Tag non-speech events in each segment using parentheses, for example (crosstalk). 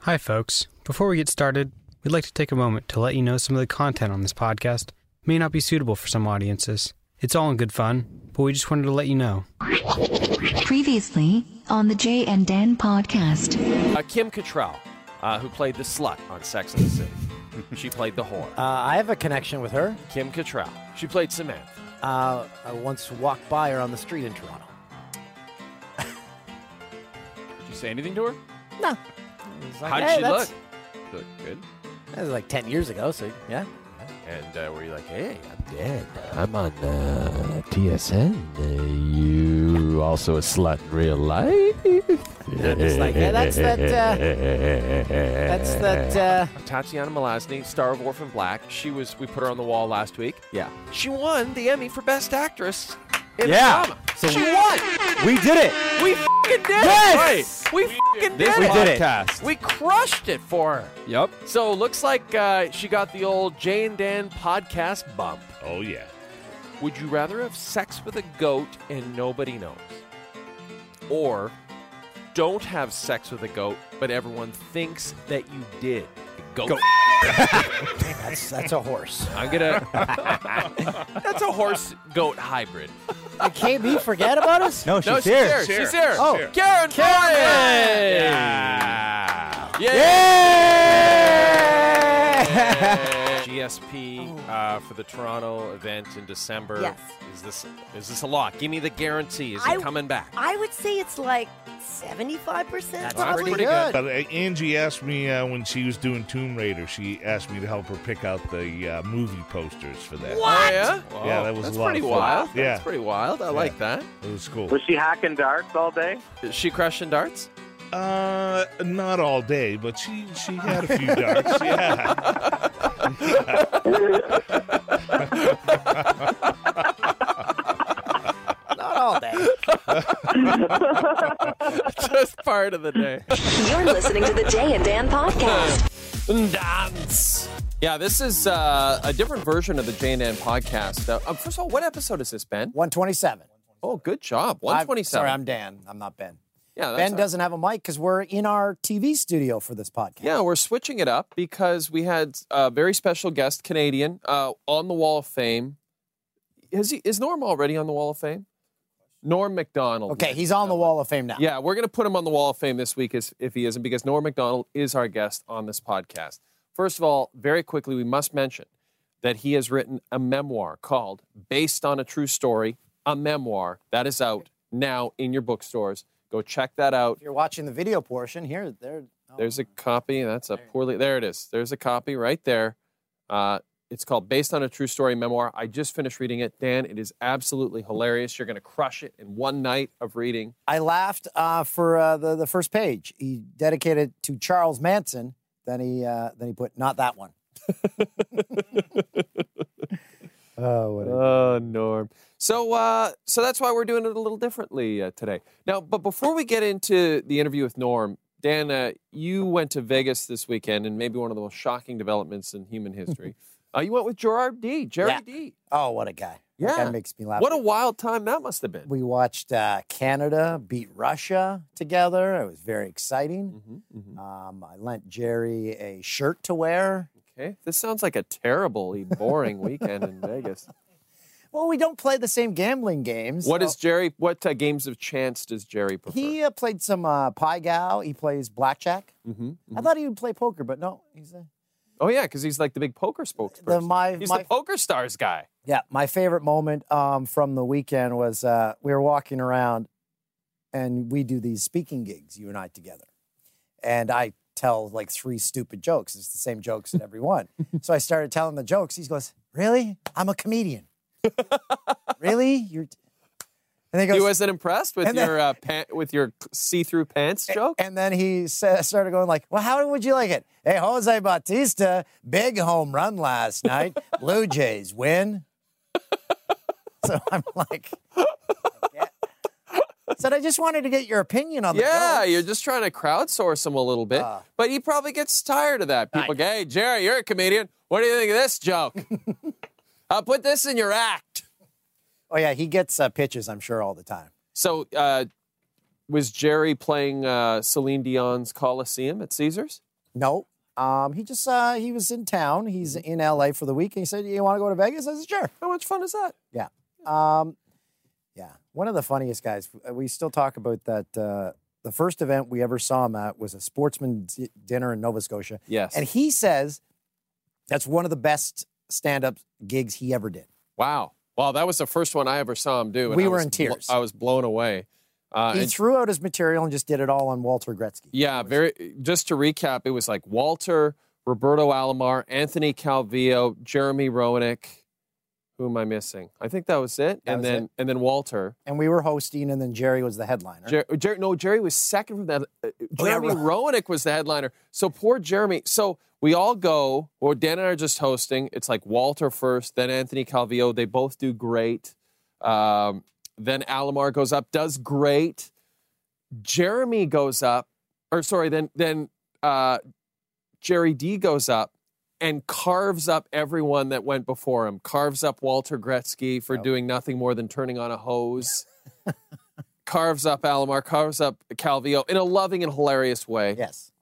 Hi, folks. Before we get started, we'd like to take a moment to let you know some of the content on this podcast may not be suitable for some audiences. It's all in good fun, but we just wanted to let you know. Previously on the Jay and Dan podcast. Uh, Kim Cattrall, uh, who played the slut on Sex and the (laughs) City. she played the whore. Uh, I have a connection with her. Kim Cattrall. She played Samantha. Uh, I once walked by her on the street in Toronto. Did you say anything to her? No. How'd hey, she look? that's- She looked good. That was like 10 years ago, so yeah. And uh, were you like, hey, I'm dead. I'm on uh, TSN. Uh, you also a slut in real life? It's like, yeah, that's that, uh, that's that, uh, Tatiana Malasny, star of Orphan Black. She was, we put her on the wall last week. yeah. She won the Emmy for Best Actress in Yeah. a drama. So she we- won. We did it! We f***ing did Yes! it. We f***ing did We it. did it. Podcast. We crushed it for her. Yep. So looks like uh, she got the old Jay and Dan podcast bump. Oh yeah. Would you rather have sex with a goat and nobody knows, or don't have sex with a goat but everyone thinks that you did? Goat. That's, that's a horse. I'm gonna. (laughs) That's a horse goat hybrid. Uh, KB, forget about us? No, no, she's here. She's here. Oh. Karen. Karen. GSP uh, for the Toronto event in December. Yes. Is this is this a lock? Give me the guarantee. Is I- it coming back? I would say it's like 75%. That's Wow, probably. pretty pretty good. But uh, Angie asked me uh, when she was doing Tomb Raider, she asked me to help her pick out the uh, movie posters for that. Oh, yeah? Yeah, that was That's a lot pretty of fun. wild. Yeah. That's pretty wild. I like that. It was cool. Was she hacking darts all day? Is she crushing darts? Uh, not all day, but she she had a few darts. Yeah. Not all day. Just part of the day. You're listening to the Jay and Dan podcast. Dance. Yeah, this is uh, a different version of the Jane Dan podcast. Uh, um, first of all, what episode is this, Ben? 127. Oh, good job. I'm, 127. sorry, I'm Dan. I'm not Ben. yeah, Oh, that's Ben all- doesn't have a mic because we're in our TV studio for this podcast. Yeah, we're switching it up because we had a very special guest, Canadian, uh, on the Wall of Fame. Is he is Norm already on the Wall of Fame? Norm McDonald. Okay, he's on the Wall of Fame now. Yeah, we're gonna put him on the Wall of Fame this week as, if he isn't, because Norm McDonald is our guest on this podcast. First of all, very quickly, we must mention that he has written a memoir called Based on a True Story, a memoir that is out now in your bookstores. Go check that out. If you're watching the video portion here, there. oh, There's a copy. That's a poorly. There it is. There's a copy right there. Uh, it's called Based on a True Story Memoir. I just finished reading it. Dan, it is absolutely hilarious. You're going to crush it in one night of reading. I laughed uh, for uh, the the first page. He dedicated to Charles Manson. Then he uh, then he put not that one. oh, what (laughs) a- Oh, Norm. So, uh, so that's why we're doing it a little differently uh, today. Now, but before we get into the interview with Norm, Dan, uh, you went to Vegas this weekend, and maybe one of the most shocking developments in human (laughs) history. uh, you went with Gerard D. Jerry Yeah. D. oh, what a guy! Yeah. that makes me laugh. What a wild time that must have been. we watched uh, Canada beat Russia together. It was very exciting. Mhm, mhm. Um, I lent Jerry a shirt to wear. Okay. This sounds like a terribly boring weekend in (laughs) Vegas. Well, we don't play the same gambling games. What so- is Jerry? What uh, games of chance does Jerry prefer? He uh, played some uh, Pai Gow. He plays blackjack. hmm I thought he would play poker, but no, he's a, Oh yeah, because he's like the big poker spokesperson. the my he's my the poker stars guy. Yeah, my favorite moment um, from the weekend was uh, we were walking around, and we do these speaking gigs, you and I together, and I tell like three stupid jokes. It's the same jokes in every one. so I started telling the jokes. He goes, "Really? I'm a comedian. really? You're?" And he He goes, wasn't impressed with And then- your uh, pant, with your see-through pants joke. and then he sa- started going like, "Well, how would you like it? Hey, Jose Bautista, big home run last night. Blue Jays win." (laughs) so I'm like, I get- said I just wanted to get your opinion on the yeah, goats." you're just trying to crowdsource him a little bit, Ah. but he probably gets tired of that. People go, "Hey, Jerry, you're a comedian. What do you think of this (laughs) joke? I'll put this in your act." Oh yeah, he gets uh, pitches, I'm sure, all the time. So, uh, was Jerry playing uh, Celine Dion's Coliseum at Caesars? No. Um, he just uh, he was in town. He's Mm-hmm. in LA for the week. And he said, "You want to go to Vegas?" I said, "Sure." How much fun is that? Yeah. Um, yeah. One of the funniest guys. uh, We still talk about that. Uh, the first event we ever saw him at was a sportsman d- dinner in Nova Scotia. Yes. And he says that's one of the best stand up gigs he ever did. Wow. Wow, that was the first one I ever saw him do. and We I were was in tears. I was blown away. Uh, he and- threw out his material and just did it all on Walter Gretzky. yeah, very. Just to recap, it was like Walter, Roberto Alomar, Anthony Calvillo, Jeremy Roenick. Who am I missing? I think that was it. That and was then it. and then Walter. And we were hosting, and then Jerry was the headliner. Jer- Jer- no, Jerry was second from that. Uh, Oh, yeah, Jeremy Roenick was the headliner. So poor Jeremy. So we all go, or Dan and I are just hosting. It's like Walter first, then Anthony Calvillo. They both do great. Um, then Alomar goes up, does great. Jeremy goes up, or sorry, then then uh, Jerry D goes up and carves up everyone that went before him. Carves up Walter Gretzky for doing nothing more than turning on a hose. (laughs) carves up Alomar, carves up Calvillo in a loving and hilarious way, Yes.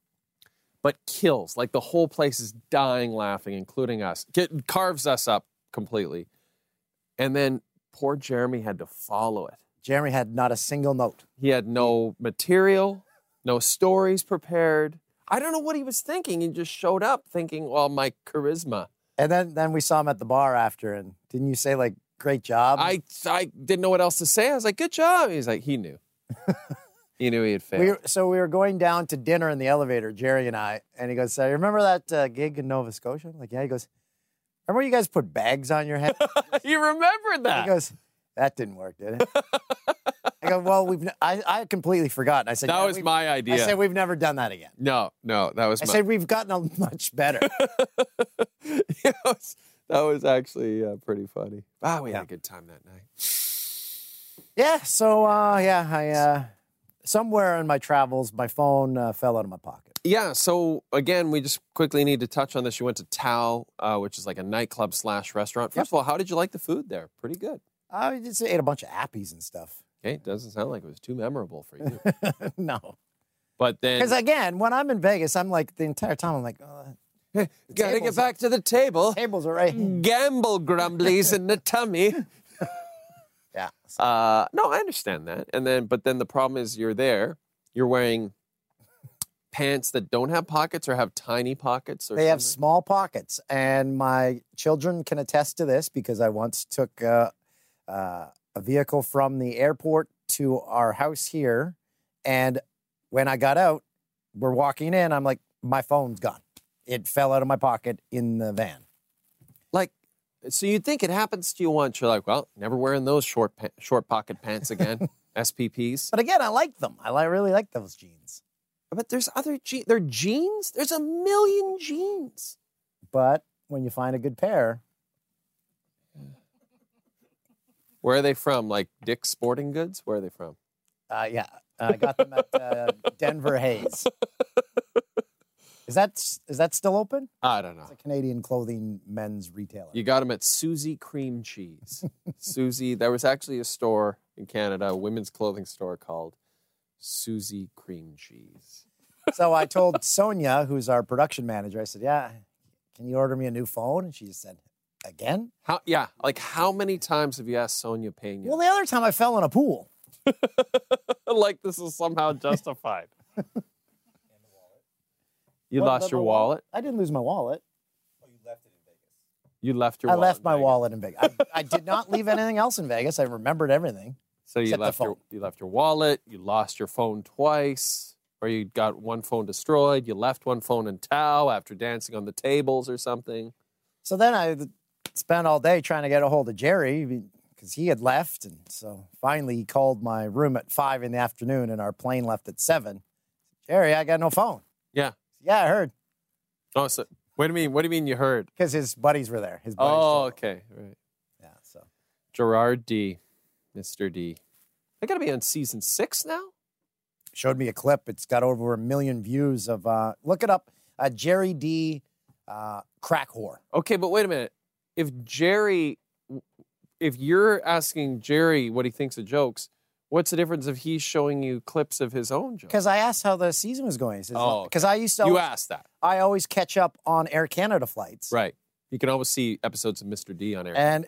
but kills. Like the whole place is dying laughing, including us. Get, carves us up completely. And then poor Jeremy had to follow it. Jeremy had not a single note. He had no material, no stories prepared. I don't know what he was thinking. He just showed up thinking, well, my charisma. And then, then we saw him at the bar after, and didn't you say, like, great job? I, I didn't know what else to say. I was like, good job. He's like, he (laughs) knew. he knew he had failed. We were, so we were going down to dinner in the elevator, Jerry and I, and he goes, "So remember that uh, gig in Nova Scotia?" I'm like, "Yeah." He goes, "Remember you guys put bags on your head?" (laughs) he remembered (laughs) he that. goes, "That didn't work, did it?" I go, "Well, we've n- I, I completely forgotten." I said, that "Yeah, was we've-" my idea. I said we've never done that again. No, no, that was I my. said we've gotten a (laughs) (laughs) much better. that, was, that was actually uh, pretty funny. Wow, we had a good time that night. yeah. So uh, yeah, I uh, somewhere in my travels, my phone uh, fell out of my pocket. Yeah. So again, we just quickly need to touch on this. You went to Tao, uh, which is like a nightclub slash restaurant. First of all, how did you like the food there? Pretty good. I just ate a bunch of appies and stuff. (laughs) Okay, it doesn't sound like it was too memorable for you. no, But then because again, when I'm in Vegas, I'm like the entire time I'm like. Oh, gotta get tables- back to the table. tables are right Mm. here. Gamble grumblies in the (laughs) tummy. Yeah. Uh, no, I understand that. And then, but then the problem is you're there, you're wearing pants that don't have pockets or have tiny pockets. Or They have something. small pockets, and my children can attest to this because I once took uh, uh, a vehicle from the airport to our house here, and when I got out, we're walking in. I'm like, my phone's gone. It fell out of my pocket in the van. like. So you think it happens to you once? You're like, well, never wearing those short pa- short pocket pants again. SPPs. But again, I like them. I li- really like those jeans. But there's other jeans. They're jeans. There's a million jeans. But when you find a good pair, Where are they from? Like Dick's Sporting Goods? Where are they from? uh, yeah, I got them at uh, Denver Hayes. Is that is that still open? I don't know. It's a Canadian clothing men's retailer. You got them at Suzy Cream Cheese. Suzy, there was actually a store in Canada, a women's clothing store called Suzy Cream Cheese. so (laughs) I told Sonia, who's our production manager, I said, "Yeah, can you order me a new phone?" And she just said, "Again?" How, yeah, like how many times have you asked Sonia Pena? Well, the other time I fell in a pool. (laughs) like this is somehow (laughs) justified. you Well, lost the- your the wallet. I didn't lose my wallet. You left your I wallet. left in my Vegas. wallet in Vegas. I, I did not leave anything else in Vegas. I remembered everything. So you Except the left your phone. you left your wallet, you lost your phone twice, or you got one phone destroyed, you left one phone in Tao after dancing on the tables or something. So then I spent all day trying to get a hold of Jerry because he had left, and so finally he called my room at five in the afternoon, and our plane left at seven. Jerry, I got no phone. Yeah. Yeah, I heard Oh, so what do you mean? What do you mean you heard? because his buddies were there. His buddies. Oh, told him. okay, right. Yeah. So. Gerard D, Mr. D. I gotta be on season six now. showed me a clip. It's got over a million views of uh, look it up. Uh, Jerry D. Uh, crack whore. Okay, but wait a minute. If Jerry, if you're asking Jerry what he thinks of jokes, What's the difference if he's showing you clips of his own joke? Because I asked how the season was going. He says, Oh, okay. because I used to, you always, asked that, I always catch up on Air Canada flights. right? You can always see episodes of Mr. D on air. And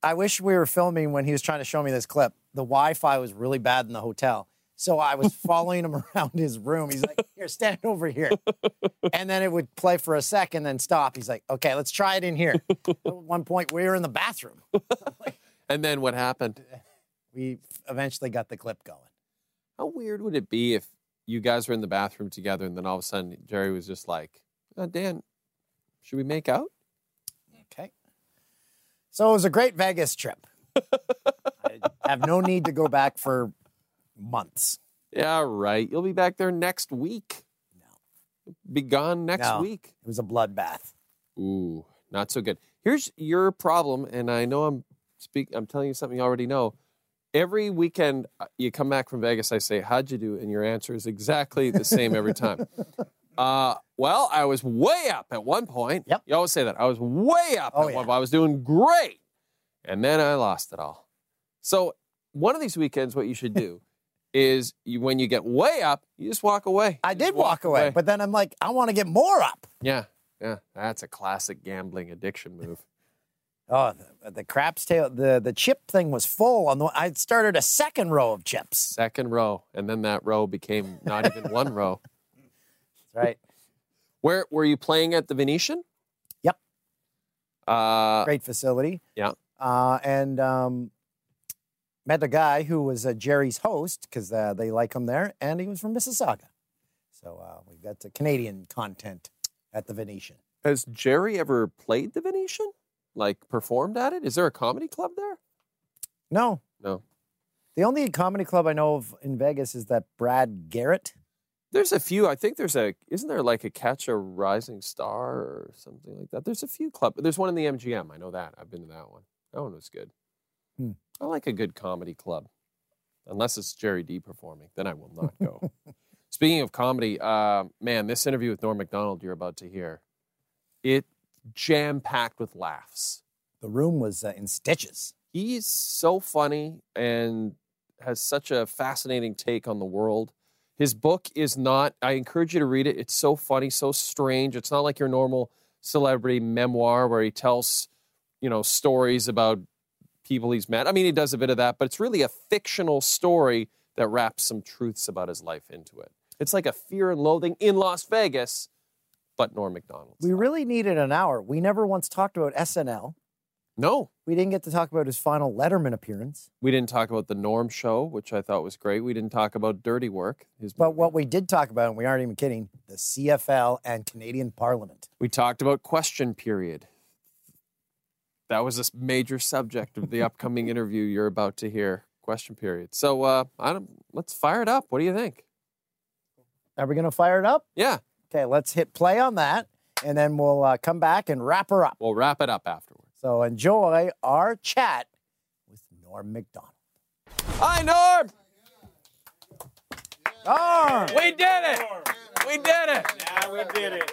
I wish we were filming when he was trying to show me this clip. The Wi-Fi was really bad in the hotel. So I (laughs) was following him around his room. He's like, here, stand over (laughs) here. And then it would play for a second, then stop. He's like, okay, let's try it in (laughs) here. At one point, we were in the bathroom. and then what happened? We eventually got the clip going. How weird would it be if you guys were in the bathroom together and then all of a sudden Jerry was just like, oh, Dan, should we make out? Okay. So it was a great Vegas (laughs) trip. I have no need to go back for months. Yeah, right. You'll be back there next week. Be gone next No. week. It was a bloodbath. Ooh, not so good. Here's your problem, and I know I'm speak. I'm telling you something you already know. Every weekend uh, you come back from Vegas, I say, "How'd you do?" and your answer is exactly the same every (laughs) time. uh, well, I was way up at one point. Yep. You always say that. I was way up Oh, at yeah. one. point. I was doing great, and then I lost it all. So one of these weekends, what you should (laughs) do is you, when you get way up, you just walk away. I Just did walk away, but then I'm like, I want to get more up. yeah, yeah, that's a classic gambling addiction move. Oh, the, the craps tail, the, the chip thing was full. On the, I started a second row of (laughs) chips. second row, and then that row became not even one (laughs) row. Right. Where were you playing at the Venetian? Yep. Uh, Great facility. Yeah. Uh, and um, met a guy who was uh, Jerry's host because uh, they like him there, and he was from Mississauga. So uh, we got the Canadian content at the Venetian. has Jerry ever played the Venetian? Like performed at it? Is there a comedy club there? No, No. the only comedy club I know of in Vegas is that Brad Garrett. There's a few. I think there's a. Isn't there like a catch a rising star or something like that? There's a few club. There's one in the MGM. I know that. I've been to that one. That one was good. Hmm. I like a good comedy club, unless it's Jerry D performing. Then I will not go. Speaking of comedy, uh, man, this interview with Norm Macdonald you're about to hear, it jam packed with laughs. The room was uh, in stitches. He's so funny and has such a fascinating take on the world. His book is not, I encourage you to read it. It's so funny, so strange. It's not like your normal celebrity memoir where he tells, you know, stories about people he's met. I mean, he does a bit of that, but it's really a fictional story that wraps some truths about his life into it. It's like a fear and loathing in Las Vegas, but Norm MacDonald. We really needed an hour. We never once talked about SNL. No, We didn't get to talk about his final Letterman appearance. We didn't talk about the Norm Show, which I thought was great. We didn't talk about Dirty Work. His But movie. what we did talk about, and we aren't even kidding, the CFL and Canadian Parliament. we talked about Question Period. That was a s- major subject of the (laughs) upcoming interview you're about to hear. Question Period. So uh, I don't, let's fire it up. What do you think? Are we going to fire it up? Yeah, Okay, let's hit play on that, and then we'll uh, come back and wrap her up. we'll wrap it up afterwards. So enjoy our chat with Norm McDonald. Hi, Norm. Norm! We did it. We did it.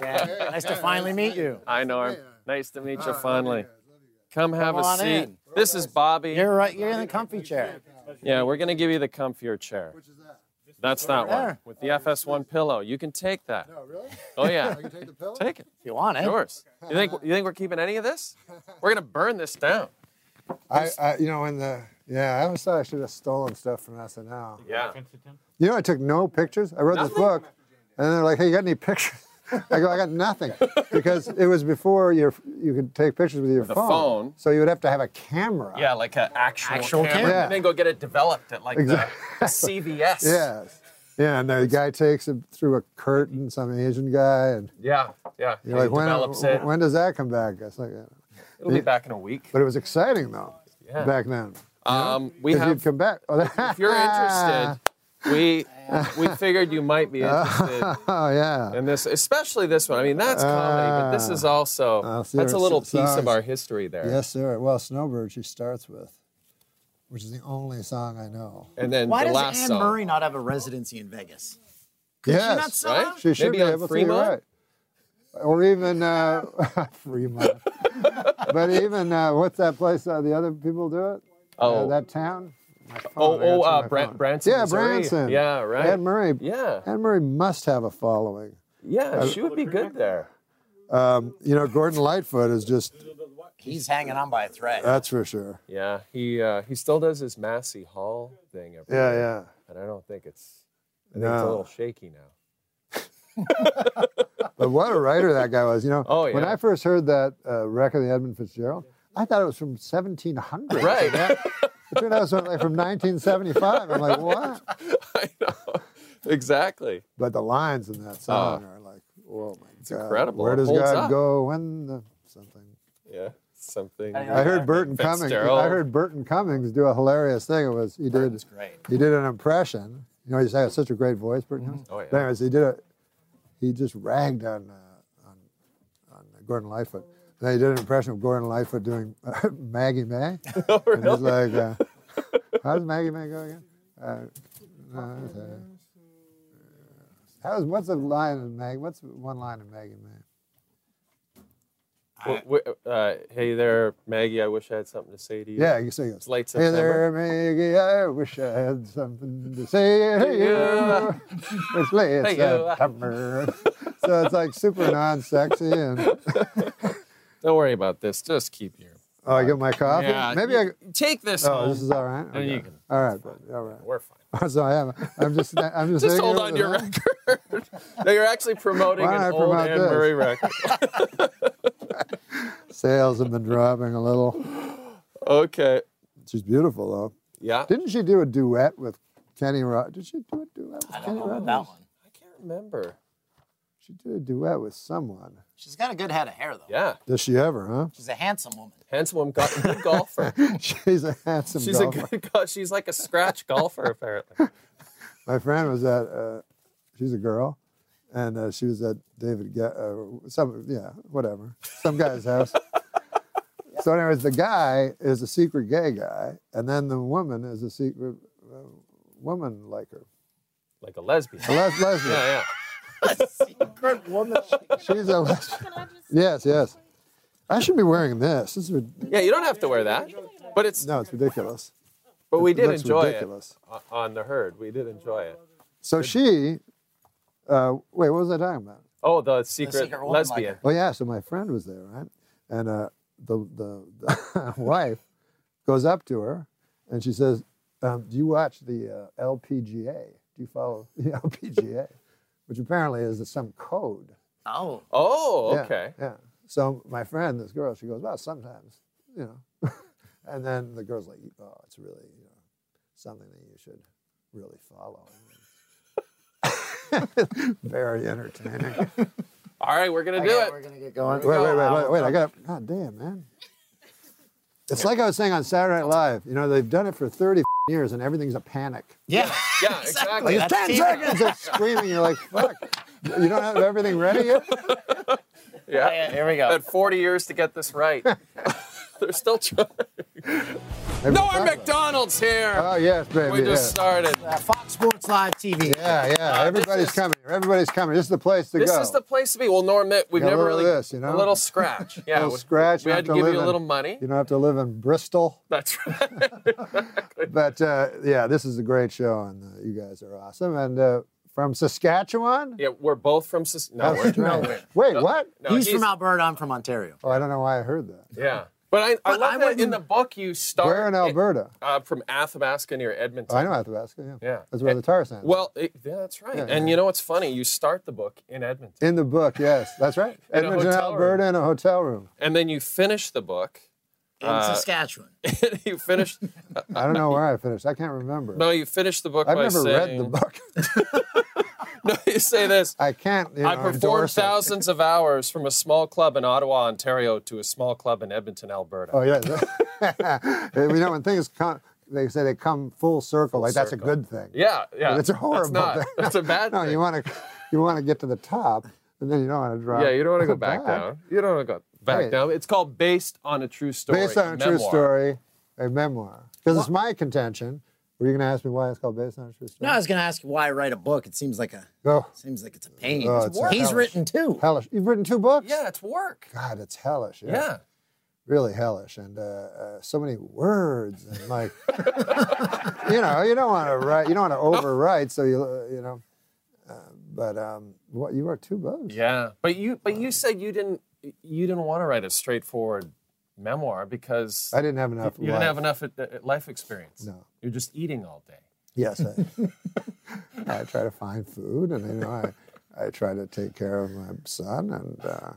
Yeah, nice to finally meet you. Hi, Norm. Nice to meet you finally. Come have Come a on seat. in. This is Bobby. You're right. You're in the comfy chair. Yeah, we're gonna give you the comfier chair. Which is that? That's that one there. with the FS1 pillow. You can take that. No, really? Oh (laughs) yeah. I can take the pillow. Take it. If you want (laughs) it. Yours. You think you think we're keeping any of (laughs) this? We're gonna burn this down. I, I, you know, in the yeah, I always thought I should have stolen stuff from SNL. Yeah. You know, I took no pictures. I wrote this book, and they're like, "Hey, you got any pictures?" (laughs) I go, "I got nothing," because it was before your you could take pictures with your the phone. phone. So you would have to have a camera. Yeah, like an actual, Actual camera. camera. And then go get it developed at like the (laughs) CVS. Yes. Yeah, and the guy takes it through a curtain, some Asian guy, and Yeah. Yeah. you're It like, when, develops it. when does that come back? It's like, yeah. It'll be back in a week. But it was exciting though, Yeah. back then. Um, we if have. you'd come back. (laughs) If you're interested, we we figured you might (laughs) be interested. Oh yeah. And this, especially this one. I mean, that's comedy, but this is also Ah, see, that's a our little s- piece of songs. our history there. Yes, sir. Well, Snowbird, she starts with, which is the only song I know. And then Why the does last Anne song, Murray not have a residency in Vegas? yes, not sing? right? she should Maybe be on able Fremont? to. You're right. Or even uh, (laughs) Fremont. but even uh, what's that place? Uh, the other people do it. Uh, Oh, that town. my phone. Oh, I gotta oh, check uh, my Bran- phone. Branson. Yeah, is there- Branson. Yeah, right. Ed Murray. Yeah, Ed Murray must have a following. yeah, she would be good there. Um, you know, Gordon Lightfoot is just, He's hanging on by a thread. that's for sure. Yeah, he uh, he still does his Massey Hall thing every Yeah, year, yeah. and I don't think it's I think it's a No. little shaky now. But what a writer that guy was, you know. Oh, yeah. When I first heard that uh, record of the Edmund Fitzgerald, I thought it was from 1700. Right. It turned out it was from, like, from 1975. I'm like, what? I know exactly. But the lines in that song are like, oh my it's God. Ah. incredible. Where It does holds God up. go when the something? Yeah, something. I (laughs) heard Burton Cummings. Fitzgerald. I heard Burton Cummings do a hilarious thing. It was he did great. he did an impression. You know, he just had such a great voice, Burton Cummings. Oh, yeah. But anyways, he did a he just ragged on uh, on, on Gordon Lightfoot. And then he did an impression of Gordon Lightfoot doing (laughs) (laughs) Maggie May. Oh, And he's like, uh, how does Maggie May go again? Uh, no, it's, uh, how's what's a line in Maggie? What's one line in Maggie May? W- w- uh, hey there, Maggie. I wish I had something to say to you. Yeah, you sing it. It's late Hey September. there, Maggie. I wish I had something to say to Yeah. you. It's late Hey, you. September. so it's like super non-sexy, and Don't worry about this. Just keep your. oh, I get my coffee. Yeah, Maybe I. you- take this. Oh, home. this is all right. No, you Okay. can- All right, but, all right. (laughs) We're fine. So I am. I'm just. I'm Just just. hanging hold out on with to (laughs) your them. record. (laughs) no, you're actually promoting Why don't an I old promote Anne this? Murray (laughs) record. Sales have been dropping a little. okay. She's beautiful though. Yeah. Didn't she do a duet with Kenny Rogers? Did she do a duet with I don't Kenny know about Rogers? that one. I can't remember. She did a duet with someone. She's got a good head of hair, though. Yeah. Does she ever? Huh? (laughs) She's a handsome woman. Handsome woman, go- good golfer. She's a handsome She's golfer. a good. Go- she's like a scratch golfer apparently. My friend was at, uh, she's a girl, and uh, she was at David, Ge- uh, some, yeah, whatever, some (laughs) guy's house. so, anyways, the guy is a secret gay guy, and then the woman is a secret uh, woman like her, Like a (laughs) lesbian. (laughs) a les- lesbian. Yeah, yeah. Secret woman. She's a lesbian. yes, yes. I should be wearing this. This is rid- Yeah, you don't have to wear that. But it's no, it's ridiculous. but we did looks enjoy ridiculous. it o- on the herd. We did enjoy it. So she, uh, wait, what was I talking about? Oh, the secret, secret woman lesbian. liker. Oh yeah, so my friend was there, right? And uh, the the, (laughs) the wife goes up to her, and she says, um, "Do you watch the uh, LPGA? Do you follow (laughs) the LPGA?" Which apparently is some code. Oh. Oh, Yeah, okay. Yeah. So my friend, this girl, she goes, "Well, sometimes, you know," (laughs) and then the girl's like, "Oh, it's really you know something that you should really follow." (laughs) Very entertaining. All right, we're gonna do Okay, it. We're gonna get going. Wait, wait, wait, wait, wait, I got God damn, man. It's like I was saying on Saturday Night Live, you know, they've done it for 30 years and everything's a panic. Yeah. Yeah, exactly. It's 10 seconds! They're (laughs) screaming, you're like, fuck. You don't have everything ready yet? Yeah. Yeah, here we go. Had 40 years to get this (laughs) right. They're still trying. Maybe No, it's our not. McDonald's here. Oh, yes, baby. we just yeah. started. Uh, Fox Sports Live TV. yeah, yeah. this Everybody's is- coming. Everybody's coming. This is the place to This go. is the place to be. Well, Norm, that we've Got a never little really of this, you know? a (laughs) little scratch. Yeah, little we- scratch. We You had to don't give have you a in- little money. You don't have to live (laughs) in Bristol. That's right. But uh, yeah, this is a great show, and uh, you guys are awesome. And uh, from Saskatchewan? Yeah, we're both from. Sus- No, That's we're, right. we're- Wait, what? no, He's, from Alberta. I'm from Ontario. Oh, I don't know why I heard that. Yeah, but I, I But love I that in wouldn't- the book you start. Where in Alberta? Oh, Uh, from Athabasca near Edmonton. I know Athabasca. Yeah. Yeah. Eh, That's where the tar sands. are. Well, it, yeah, that's right. Yeah, and yeah. you know what's funny? You start the book in Edmonton, in the book, yes, that's right. (laughs) In a Edmonton, hotel room. Alberta, in a hotel room. and then you finish the book. (laughs) In Saskatchewan. and you finish. I (laughs) don't know where I finished. I can't remember. No, you finish the book I've by never saying. read the book. (laughs) (laughs) No, you say this. I can't. You know, I performed endorse it. thousands of hours from a small club in Ottawa, Ontario, to a small club in Edmonton, Alberta. Oh (laughs) yeah. you know, when things come, they say they come full circle. like that's a circle. good thing. Yeah, yeah. But it's a horrible That's not. (laughs) thing. That's a bad No, thing. you want to, you want to get to the top, and then you don't want to drop. yeah, you don't (laughs) want to go back down. You don't want to go back Hey. down. It's called Based on a True Story. Based on a true memoir. story, a memoir. Because it's my contention. Were you going to ask me why it's called based on a true story? No, I was gonna ask you why write a book. It seems like a Go. seems like it's a pain. Oh, it's He's hellish. written two. Hellish. You've written two books? Yeah, it's work. God, it's hellish. Yeah. Yeah. really hellish and uh, uh, so many words and like (laughs) you know you don't want to write you don't want to overwrite so you uh, you know uh, but um what you are two bows Yeah, but you but you said you didn't you didn't want to write a straightforward memoir because I didn't have enough you didn't have life. enough uh, uh, life experience. No. you're just eating all day. Yes, (laughs) I, I try to find food, and you know, I, I try to take care of my son, and uh,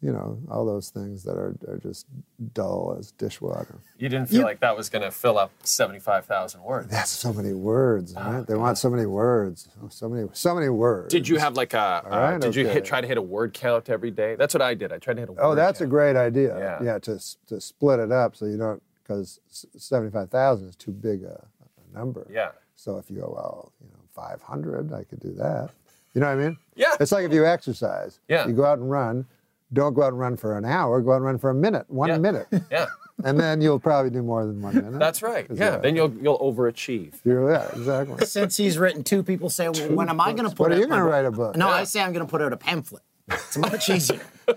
you know, all those things that are, are just dull as dishwater. You didn't feel like that was going to fill up seventy five thousand words. That's so many words, right? They want so many words, so many, so many words. Ah. Did you have like a? Uh, right, did you hit, okay. try to hit a word count every day? That's what I did. I tried to hit a. Oh, word that's a count. great idea. Yeah. to s- to split it up so you don't because seventy-five thousand is too big a, a number. Yeah. So if you go, well, you know, 500, I could do that. You know what I mean? Yeah. It's like if you exercise. Yeah. You go out and run. Don't go out and run for an hour. Go out and run for a minute, one Yeah. minute, (laughs) Yeah, and then you'll probably do more than one minute. that's right. Is Yeah, that- then you'll you'll overachieve. (laughs) You're, yeah, (laughs) exactly. Since he's written two, people say, well, when am I going to put What are out you my going to book? write a book? No, I say I'm going to put out a pamphlet. It's much easier. (laughs)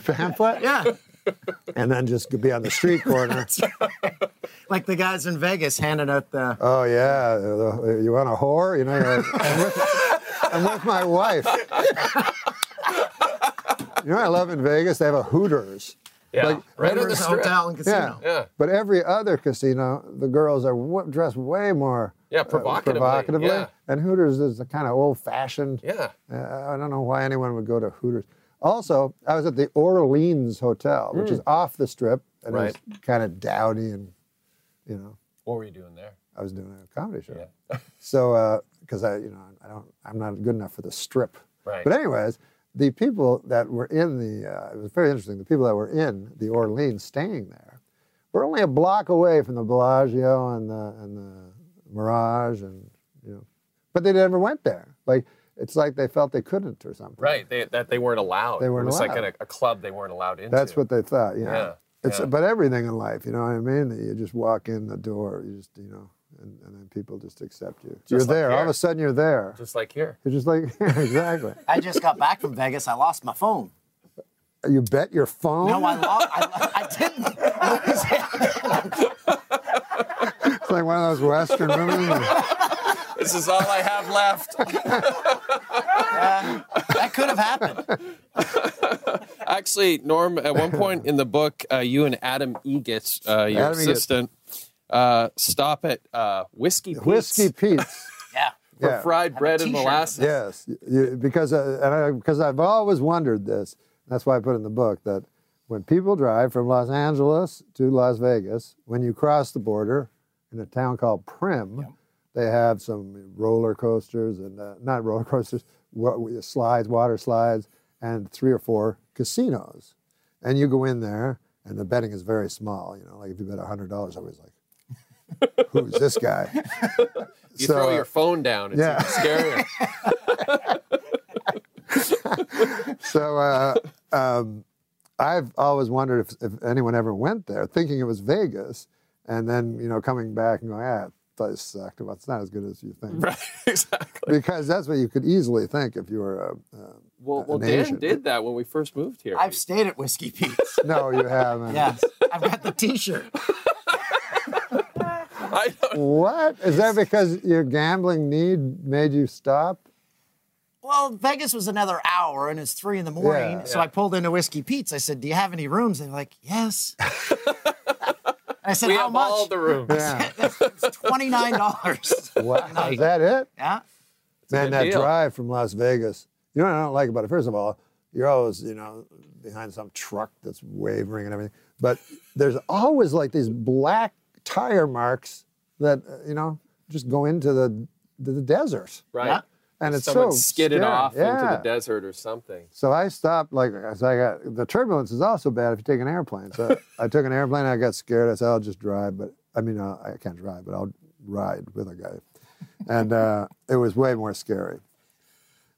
(laughs) pamphlet, yeah. and then just be on the street corner. Like the guys in Vegas handing out the. oh yeah, the- you want a whore? You know, you're- I'm, with, I'm with my wife. you know, what I love in Vegas. They have a Hooters. Yeah, Like, right on the Rivers strip. Hotel and Casino. Yeah. Yeah. But every other casino, the girls are w- dressed way more Yeah, uh, provocatively, provocatively. yeah. And Hooters is the kind of old fashioned. Yeah. Uh, I don't know why anyone would go to Hooters. Also, I was at the Orleans Hotel, which Mm. is off the strip and it was kind of dowdy and, you know, What were you doing there? I was doing a comedy show. (laughs) so, because I, you know, I don't, I'm not good enough for the strip. Right. But anyways, the people that were in the, uh, it was very interesting. The people that were in the Orleans staying there were only a block away from the Bellagio and the and the Mirage and you know, but they never went there. Like it's like they felt they couldn't or something. Right, they, that they weren't allowed. They weren't It was allowed. like a, a club they weren't allowed into. That's what they thought. You know? Yeah, It's yeah. but everything in life. You know what I mean? That You just walk in the door. You just you know, and, and then people just accept you. you're like there. All of here. a sudden, you're there. Just like here. You're just like (laughs) exactly. I just got back from Vegas. I lost my phone. You bet your phone. No, I lost. I, I didn't. It's like one of (laughs) those Western women. This is all I have left. (laughs) That could have happened. (laughs) Actually, Norm, at one point in the book, uh, you and Adam Egitz, uh, your Adam Egitz. assistant, uh, stop at uh, Whiskey Pete's Whiskey Pete's. Yeah. for yeah. fried bread and t-shirt. molasses. Yes, you, because uh, and I, because I've always wondered this. That's why I put in the book that when people drive from Los Angeles to Las Vegas, when you cross the border in a town called Prim, they have some roller coasters and uh, not roller coasters, wa- slides, water slides, and three or four casinos. And you go in there, and the betting is very small. You know, like if you bet hundred dollars, I was like, (laughs) "Who's this guy?" You So, throw uh, your phone down. It's yeah. even scarier. (laughs) (laughs) So uh, um, I've always wondered if, if anyone ever went there, thinking it was Vegas, and then you know coming back and going, ah, that sucked. Well, it's not as good as you think, right, exactly. because that's what you could easily think if you were. A, uh, Well, an well Dan Asian. did that when we first moved here. I've stayed at Whiskey Pete's. no, you haven't. Yes. I've got the t shirt. I don't- (laughs) What is that? Because your gambling need made you stop? Well, Vegas was another hour and it's three in the morning. Yeah. So I pulled into Whiskey Pete's. I said, Do you have any rooms? They were like, (laughs) Yes. I said, we How have all much? the room. Yeah. It's (laughs) $29. wow. Is that it? yeah. Man, good that deal. drive from Las Vegas. You know what I don't like about it? First of all, you're always, you know, behind some truck that's wavering and everything. But there's always like these black tire marks that, uh, you know, just go into the the, the desert. Right. Yeah. And it's Someone so skidded scary. off into Yeah. the desert or something. So I stopped, like, as I got, the turbulence is also bad if you take an airplane. So I took an airplane, I got scared. I said, I'll just drive, but I mean, uh, I can't drive, but I'll ride with a guy. And uh, it was way more scary.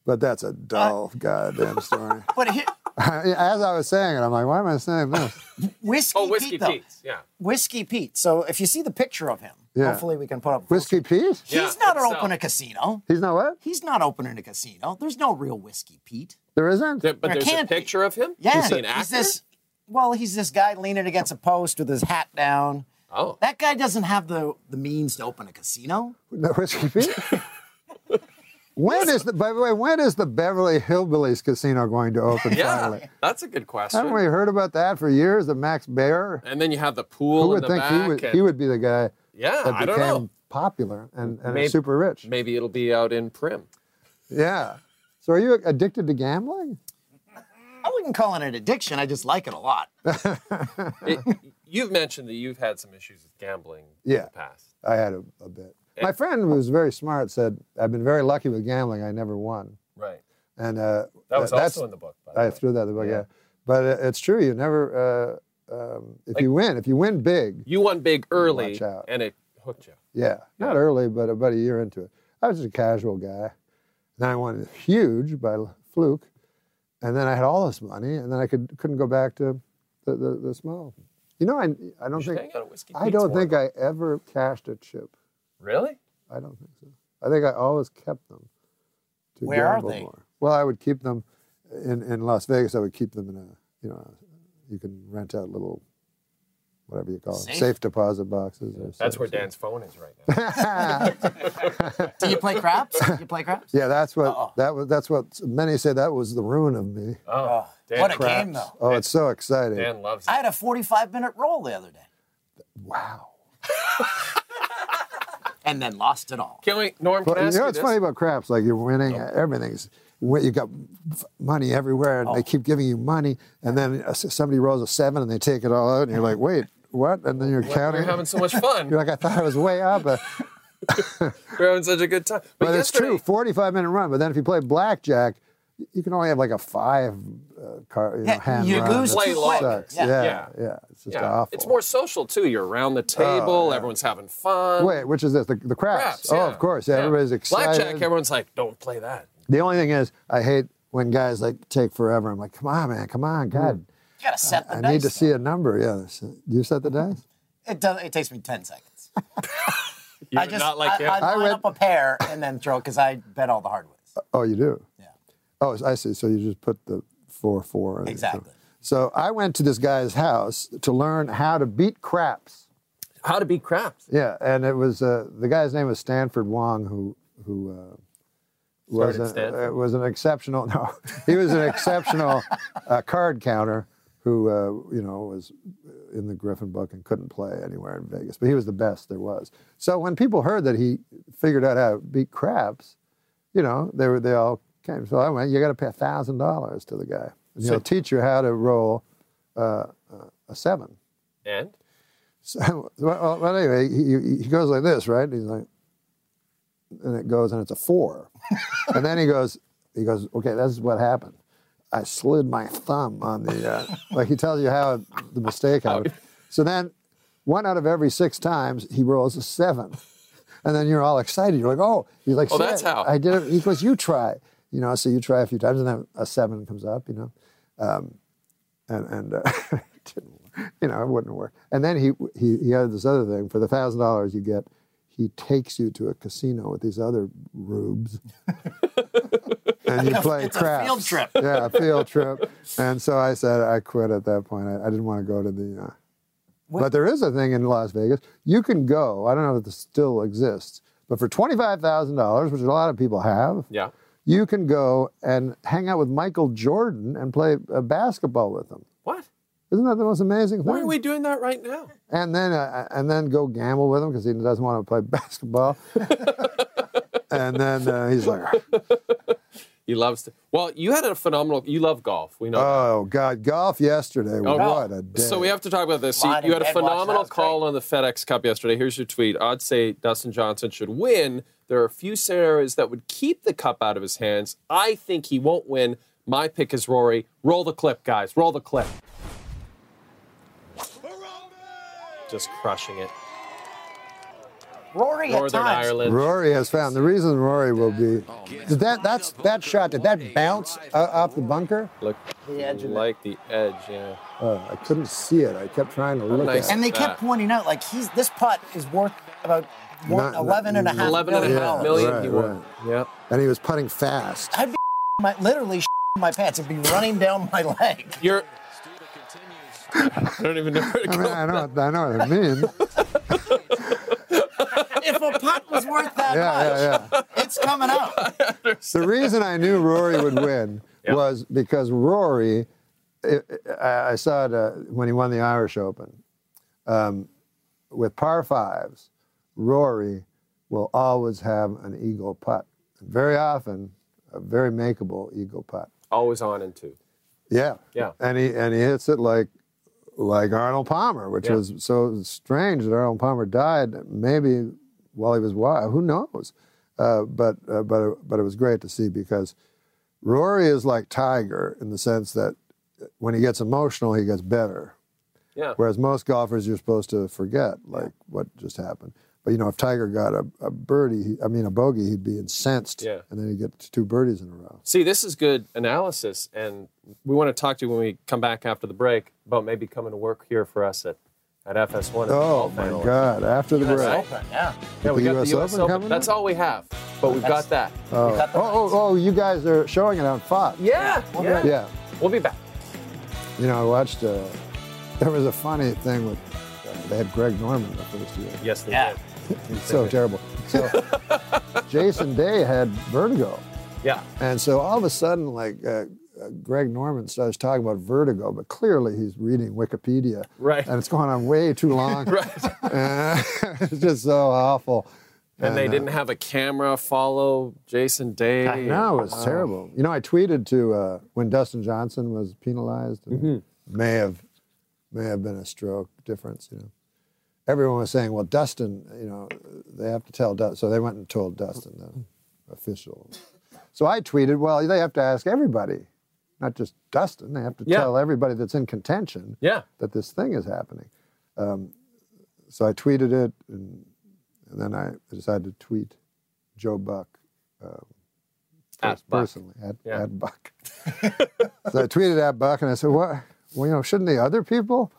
But that's a dull goddamn story. (laughs) But here, as I was saying it, I'm like, why am I saying this? Whiskey, Oh, Whiskey Pete, though. Pete's. Yeah. Whiskey Pete. So if you see the picture of him, Yeah. hopefully we can put up. Whiskey Pete? He's Yeah, not it's, uh, open a casino. He's not what? He's not opening a casino. There's no real Whiskey Pete. There isn't? There- but There there's a can't be. picture of him? Yeah, Is he an he's actor? this well, he's this guy leaning against a post with his hat down. Oh. That guy doesn't have the, the means to open a casino. No whiskey feet. when is the? By the way, when is the Beverly Hillbillies Casino going to open Yeah, finally? that's a good question. Haven't we heard about that for years? The Max Baer. And then you have the Who pool in would the think back. he would? and- He would be the guy yeah, that I don't know. became popular and, and Maybe- super rich. Maybe it'll be out in (laughs) Prim. Yeah. So are you addicted to gambling? I wouldn't call it an addiction. I just like it a lot. It, you've mentioned that you've had some issues with gambling in Yeah. the past. I had a, a bit. My friend, who was very smart, said, "I've been very lucky with gambling. I never won." Right. And uh, That was that's- also in the book. By the I way. threw that in the book. Yeah. But uh, it's true. You never. Uh, um, if you win, if you win big, You won big early, Watch out. and it hooked you. yeah, not Yeah. early, but about a year into it. I was just a casual guy. Then I won huge by l- fluke, and then I had all this money, and then I could couldn't go back to the the, the small. You know, I I don't Should think hang out at Whiskey I Pete's don't more. think I ever cashed a chip. Really? I don't think so. I think I always kept them. To Where are gamble they? More. Well, I would keep them in, in Las Vegas. I would keep them in a you know you can rent out little whatever you call Safe? them safe deposit boxes. Or That's where something. Dan's phone is (laughs) right now. Do you play craps? Do you play craps? Yeah, that's what Uh-oh. that was. That's what many say that was the ruin of me. Oh, Dan what a craps. game, though. Oh, it's so exciting! Dan loves I it. had a 45 minute roll the other day Wow. and then lost it all. Can we, Norm? Can But I ask you know you what's this? funny about craps? Like you're winning, everything's you got f- money everywhere, and Oh. they keep giving you money, and then uh, s- somebody rolls a seven, and they take it all out, and you're like, wait, what? And then you're counting. We're having so much fun. (laughs) You're like, I thought I was way (laughs) up, but, We're having such a good time. But, but it's yesterday- true. 45 minute run, but then if you play blackjack, y- you can only have like a five uh, car, you know, Yeah, hand you run. lose It too quick. sucks. Yeah. Yeah. Yeah, Yeah. it's just Yeah. awful. It's more social too. You're around the table. Everyone's having fun. Oh, Wait, which is this? The, the craps. Craps, oh, yeah. of course. Yeah, Everybody's excited. Blackjack. Everyone's like, "Don't play that." the only thing is, I hate when guys like take forever. I'm like, come on, man, come on, God. You gotta set Hmm. the I dice. need to though. see a number. Yeah, so- you set the dice. It does. It takes me ten seconds. You're I just not like I, him. I line I went- up a pair and then throw because I bet all the hard ones. Oh, you do. Yeah. Oh, I see. So you just put the four four. in. Exactly. So I went to this guy's house to learn how to beat craps. How to beat craps? Yeah, and it was uh, the guy's name was Stanford Wong, who who uh, was Started an, Stanford? uh, was an exceptional. (laughs) No, he was an exceptional uh, card counter who uh, you know was in the Griffin book and couldn't play anywhere in Vegas, but he was the best there was. So when people heard that he figured out how to beat craps, you know they were they all came. So I went, you got to pay thousand dollars to the guy, and he'll teach you how to roll uh, uh, a seven. And So, (laughs) well, well, anyway, he, he- he goes like this, right? And he's like, and it goes, and it's a (laughs) four. and then he goes, he goes, okay, that's what happened. I slid my thumb on the, (laughs) uh, like he tells you how the mistake happened. So then, one out of every six times, he rolls a seven. And then you're all excited. You're like, oh, he's like, Oh, "See, that's I- how." I did it. He goes, you try. You know, so you try a few times, and then a seven comes up, you know Um, and and uh, (laughs) it didn't, work. you know it wouldn't work. And then he he he had this other thing for the thousand dollars you get. He takes you to a casino with these other (laughs) rubes, and you play It's craps. a field trip. Yeah, (laughs) a field trip. And so I said I quit at that point. I, I didn't want to go to the. Uh, but there is a thing in Las Vegas. You can go. I don't know if this still exists, but for twenty five thousand dollars, which a lot of people have, yeah, you can go and hang out with Michael Jordan and play uh, basketball with him. what? Isn't that the most amazing thing? Why are we doing that right now? And then uh, and then go gamble with him because he doesn't want to play (laughs) basketball. and then uh, he's like, He loves to. Well, you had a phenomenal. You love golf. We know. that. "Oh God, golf yesterday. Oh, what a day!" So we have to talk about this. So Lying you in had a bed watching, that phenomenal was call on the FedEx Cup yesterday. Here's your tweet. Odds say Dustin Johnson should win. There are a few scenarios that would keep the cup out of his hands. I think he won't win. My pick is Rory. Roll the clip, guys. Roll the clip. Just crushing it. Rory at Northern times. Ireland. Rory has found the reason. Rory will be did that that's that shot. Did that bounce uh, off the bunker? Look The edge of it. like the edge, yeah. Uh, I couldn't see it. I kept trying to look Nice. at And it. they kept Uh, pointing out like he's this putt is worth about one, Not- 11 and a half 11 and a million Yeah, half dollars. million right, he won. right. Yeah. And he was putting (laughs) (laughs) fast. I'd be my, literally my pants and be running down my leg. You're (laughs) I don't even know where to I go. mean, (laughs) I know, what- I know what I mean. if a punt was worth that much, Yeah, yeah, yeah. it's coming out. The reason I knew Rory would win was because Rory, I- I, I saw it uh, when he won the Irish Open. Um, with par fives, Rory will always have an eagle putt. Very often, a very makeable eagle putt. Always on and two. Yeah. Yeah. And he and he hits it like like Arnold Palmer, which Yeah. was so strange that Arnold Palmer died maybe while he was wild. Who knows? Uh, but uh, but but it was great to see because Rory is like Tiger in the sense that when he gets emotional, he gets better. Yeah. Whereas most golfers, you're supposed to forget like what just happened. But you know, if Tiger got a, a birdie, he- I mean a bogey, he'd be incensed, Yeah. and then he'd get two birdies in a row. See, this is good analysis, and we want to talk to you when we come back after the break about maybe coming to work here for us at, at FS1. and Oh the my golf God! After the break. Right? Yeah. Yeah, we The got US the US Open Open. coming That's up? all we have, but we've got that. Oh. oh, oh, oh, you guys are showing it on Fox. Yeah, yeah. Yeah. We'll be back. You know, I watched, uh, there was a funny thing with, uh, they had Greg Norman the first year. Yes, they Yeah. did. It's (laughs) so terrible. So Jason Day had vertigo. Yeah. And so all of a sudden, like, uh, uh, Greg Norman starts talking about vertigo, but clearly he's reading Wikipedia. Right. And it's going on way too (laughs) long. Right. Uh, (laughs) it's just so awful. And they didn't have a camera follow Jason Day. uh, I know it was terrible. You know, I tweeted to uh, when Dustin Johnson was penalized. and May have may have been a stroke difference. You know, everyone was saying, "Well, Dustin, you know, they have to tell Dustin." So they went and told Dustin, the official. So I tweeted, "Well, they have to ask everybody, not just Dustin. They have to Yeah. tell everybody that's in contention Yeah. that this thing is happening." Um, so I tweeted it, and, and then I decided to tweet Joe Buck At pers- Buck. personally at, Yeah. at Buck. (laughs) so I tweeted at Buck and I said, "What? Well, you know, shouldn't the other people,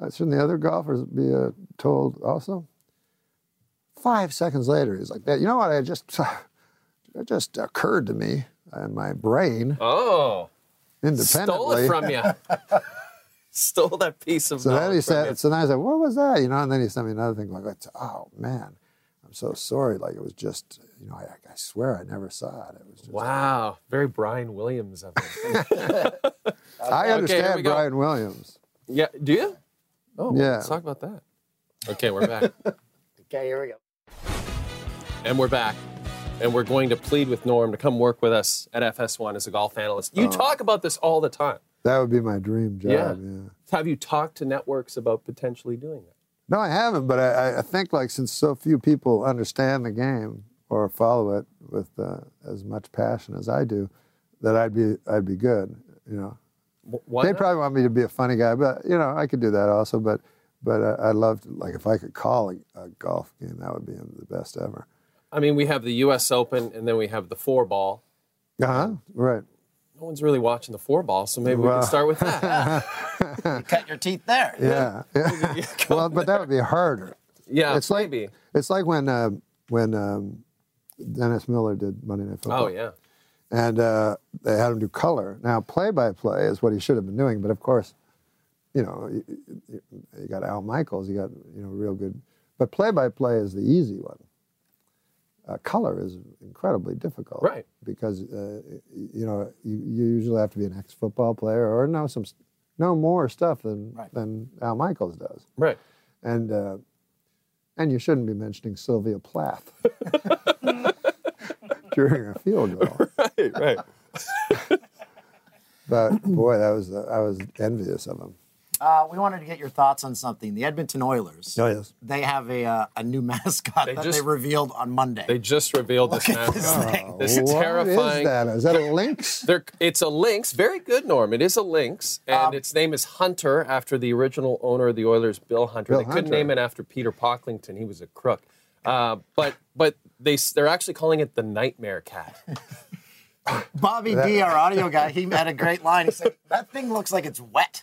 uh, shouldn't the other golfers be uh, told also?" Five seconds later, he's like, "That you know what? I just (sighs) it just occurred to me in my brain Oh, stole independently." it from you. (laughs) stole that piece of so then he knowledge from said, you. "So then I said, what was that?" You know, and then he sent me another thing like, "Oh man." I'm so sorry. Like it was just, you know, I, I swear I never saw it. It was just, Wow, very Brian Williams of it. I understand we go. Brian Williams. yeah, do you? Oh, well, Yeah. Let's talk about that. Okay, we're back. (laughs) Okay, here we go. and we're back. And we're going to plead with Norm to come work with us at FS1 as a golf analyst. You talk about this all the time. That would be my dream job. Yeah. Oh. yeah. Have you talked to networks about potentially doing that? No, I haven't, but I, I- I think like since so few people understand the game or follow it with uh, as much passion as I do, that I'd be I'd be good. You know, Wh- Why they not? probably want me to be a funny guy, but you know I could do that also. But but uh, I love to, like if I could call a, a golf game, that would be the best ever. I mean, we have the U.S. Open, and then we have the four ball. Uh huh. Right. No one's really watching the four ball, so maybe we Wow. can start with (laughs) that. You cut your teeth there. Yeah. yeah. (laughs) well, but that would be harder. yeah, It's like- Uh, maybe. It's like when uh, when um, Dennis Miller did Monday Night Football. Oh yeah, and uh, they had him do color. Now, play by play is what he should have been doing, but of course, you know, you, you- you got Al Michaels, you got you know real good, but play by play is the easy one. Uh, color is incredibly difficult, Right. Because uh, you know you, you usually have to be an ex-football player or know some s- know more stuff than Right. than Al Michaels does, right. and uh, and you shouldn't be mentioning Sylvia (laughs) Plath during a field goal. (laughs) Right, right. (laughs) But boy, that was uh, I was envious of him. Uh, we wanted to get your thoughts on something. The Edmonton Oilers. yes. They have a, uh, a new (laughs) mascot They that just- they revealed on Monday. They just revealed this Look at this mascot. thing. This is terrifying. Is that? Is that a lynx? They're, it's a lynx. Very good, Norm. It is a lynx, and Um, its name is Hunter after the original owner of the Oilers, Bill Hunter. Bill they couldn't Hunter. name it after Peter Pocklington. He was a (laughs) crook. Uh, but but they s- they're actually calling it the Nightmare Cat. Bobby D, our audio guy, he had a great line. He said, "That thing looks like it's wet."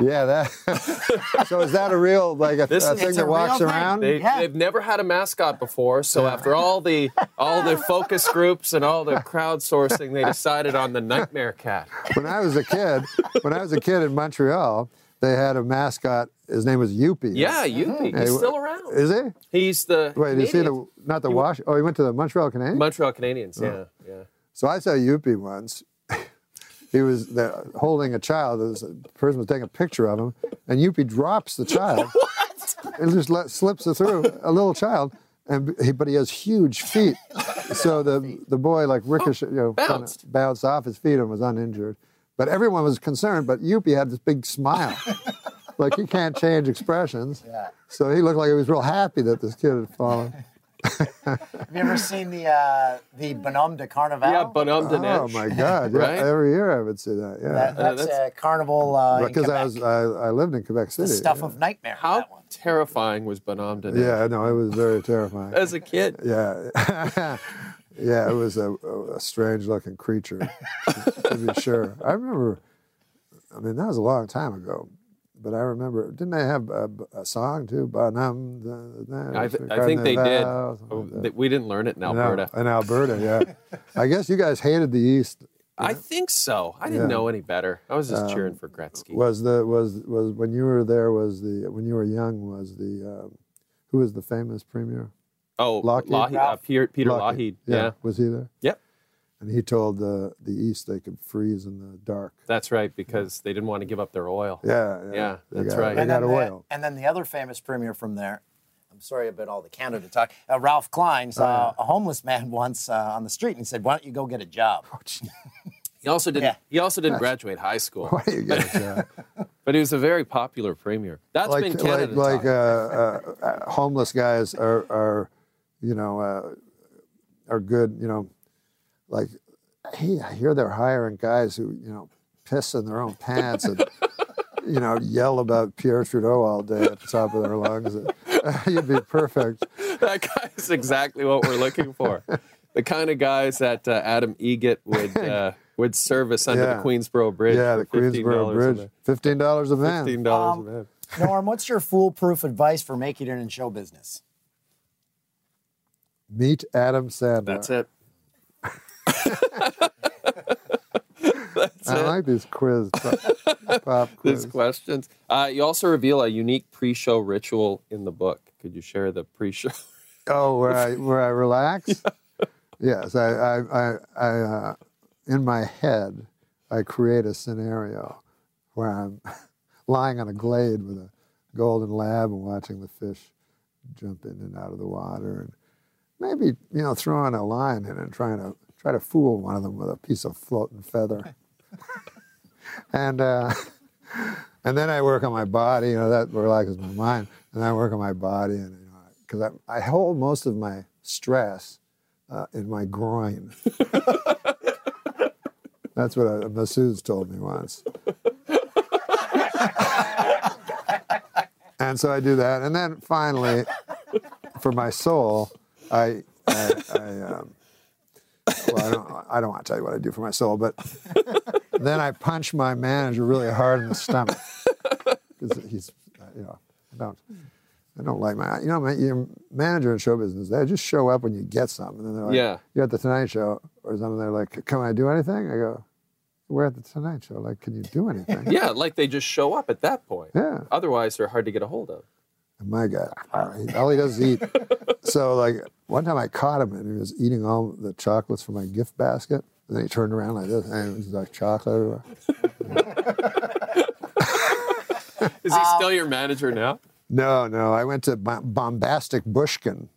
Yeah, that. (laughs) so is that a real like a, This a is- thing it's that a walks real thing. around? They, Yeah. They've never had a mascot before, so after all the all (laughs) the focus groups and all the crowdsourcing, they decided on the nightmare cat. when I was a kid, when I was a kid in Montreal, they had a mascot. His name was Yuppie. Mm-hmm. Yeah, Yuppie. Hey, He's wh- still around. Is he? He's the Wait, you see the Canadians. not the Wash? Oh, he went to the Montreal Canadiens. Montreal Canadiens. Oh. Yeah, yeah. so I saw Yuppie once. (laughs) he was there, holding a child. This person was taking a picture of him, and Yuppie drops (laughs) the child. And just let, slips it through a little child, and he, but he has huge feet. So the the boy like ricocheted, you know, kinda Bounced. bounced off his feet and was uninjured. But everyone was concerned. But Yuppie had this big (laughs) smile. Like he can't change expressions, Yeah. so he looked like he was real happy that this kid had fallen. Have you ever seen the uh, the Bonhomme de Carnaval? Yeah, Bonhomme Dinesh. Oh my God! Yeah, Right? every year I would see that. Yeah, That- that's, Uh, that's- a carnival. Uh, in because I Quebec. was I, I lived in Quebec City. the stuff yeah. of nightmare. How That one. terrifying was Bonhomme Dinesh yeah, no, it was very terrifying. as a kid? (laughs) yeah, yeah, it was a, a strange looking creature to be sure. I remember. I mean, that was a long time ago, but I remember. Didn't they have a, a song too? Bonham. I, th- I think they did. Carnaval, something Oh, like that. th- we didn't learn it in In Alberta. Al- in Alberta, yeah. I guess you guys hated the East. I think so. I didn't Yeah. Um, know any better. I was just cheering for Gretzky. Was the was was when you were there? Was the when you were young? Was the um, who was the famous premier? oh, Lockheed? Lougheed, uh, Ralph. Peter, Peter Lockheed. Lougheed. Yeah. was he there? Yep. And he told the the East they could freeze in the dark. That's right, because they didn't want to give up their oil. Yeah, yeah, Yeah, They that's got- right. They And got then, the, oil. and then the other famous premier from there, I'm sorry about all the Canada talk, uh, Ralph Klein saw a homeless man (laughs) once uh, on the street and he said, Why don't you go get a job? He also didn't. Yeah. He also didn't graduate high (laughs) school, Why do you (laughs) get a job? but he was a very popular premier. That's been like Canada like, like uh, talk. uh, uh, homeless guys are are you know uh, are good you know like hey I hear they're hiring guys who you know piss in their own pants (laughs) and you know yell about Pierre Trudeau all day at the top of their lungs. (laughs) You'd be perfect. (laughs) that guy is exactly what we're looking (laughs) for. the kind of guys that uh, Adam Egit would uh, would service under Yeah. the Queensboro Bridge. yeah, the for $15 Queensboro a Bridge, man. fifteen dollars a man. Fifteen dollars Um, a (laughs) man. Norm, what's your foolproof advice for making it in show business? Meet Adam Sandler. That's it. I like these (laughs) quiz pop, pop These quiz. questions. Uh, you also reveal a unique pre-show ritual in the book. Could you share the pre-show? (laughs) Oh, where I where I relax? Yes, I I I, I uh, in my head I create a scenario where I'm (laughs) lying on a glade with a golden lab and watching the fish jump in and out of the water and maybe you know throwing a line in and trying to try to fool one of them with a piece of floating feather. and uh, and then I work on my body. You know that relaxes my mind, and I work on my body, and you know, because I, I hold most of my stress uh, in my groin. That's what a, a masseuse told me once. and so I do that, and then finally, for my soul, I. I, I um, well, I don't, I don't want to tell you what I do for my soul, but then I punch my manager really hard in the stomach because he's, uh, you know, I don't, I don't like my, you know, my your manager in show business, they just show up when you get something, and they're like, Yeah. you're at the Tonight Show or something. They're like, can I do anything? I go, we're at the Tonight Show. Like, can you do (laughs) anything? yeah, like they just show up at that point. Yeah. Otherwise, they're hard to get a hold of. And my (laughs) God, all he does is eat. So like one time I caught him and he was eating all the chocolates from my gift basket. And then he turned around like this and it was like chocolate everywhere. Is he still your manager now? No, no, I went to Bo- Bombastic Bushkin.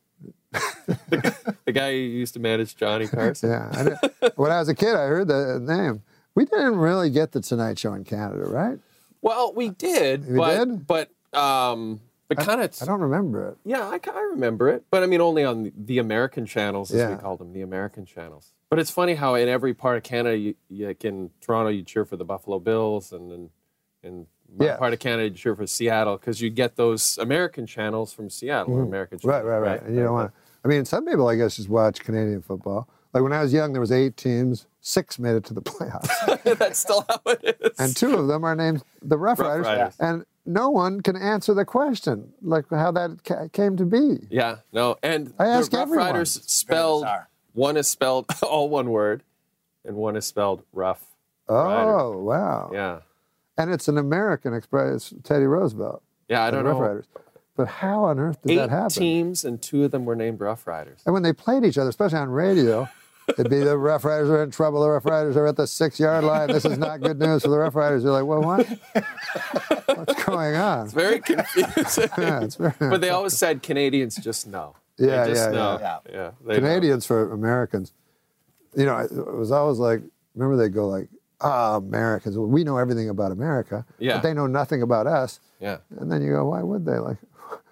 The guy who used to manage Johnny Carson. Yeah. I know. (laughs) when I was a kid, I heard the name. We didn't really get the Tonight Show in Canada, right? Well, we did, You but did? but um, but kind of I don't remember it. yeah, I, ca- I remember it, but I mean only on the, the American channels as we Yeah. called them, the American channels. But it's funny how in every part of Canada, you, you, like in Toronto, you cheer for the Buffalo Bills, and in, in my Yes. part of Canada, you cheer for Seattle because you get those American channels from Seattle or American Mm-hmm. Right, channels, right, right. And you don't want. I mean, some people, I guess, just watch Canadian football. Like when I was young, there was eight teams. Six made it to the (laughs) (laughs) playoffs, That's still how it is. and two of them are named the Rough, Rough Riders. Riders. And no one can answer the question, like how that ca- came to be. Yeah, no, and I ask the Rough everyone. Riders spelled bizarre. one is spelled (laughs) all one word, and one is spelled rough. Oh, wow! Yeah, And it's an American express. Teddy Roosevelt. yeah, I the don't Rough know. Riders. But how on earth did Eight that happen? teams, and two of them were named Rough Riders. And when they played each other, especially (laughs) on radio, it'd be the Rough Riders are in trouble. The Rough Riders are at the six yard line. This is not good news for the Rough Riders. You're like, well, what? (laughs) What's going on? Very confusing. Yeah, (laughs) it's very- but they always said Canadians just know. Yeah, they just yeah, know. yeah. yeah. they know. Canadians for Americans. You know, it was always like, remember they go like, ah, Americans. Well, we know everything about America, Yeah. but they know nothing about us. Yeah, And then you go, why would they? Like,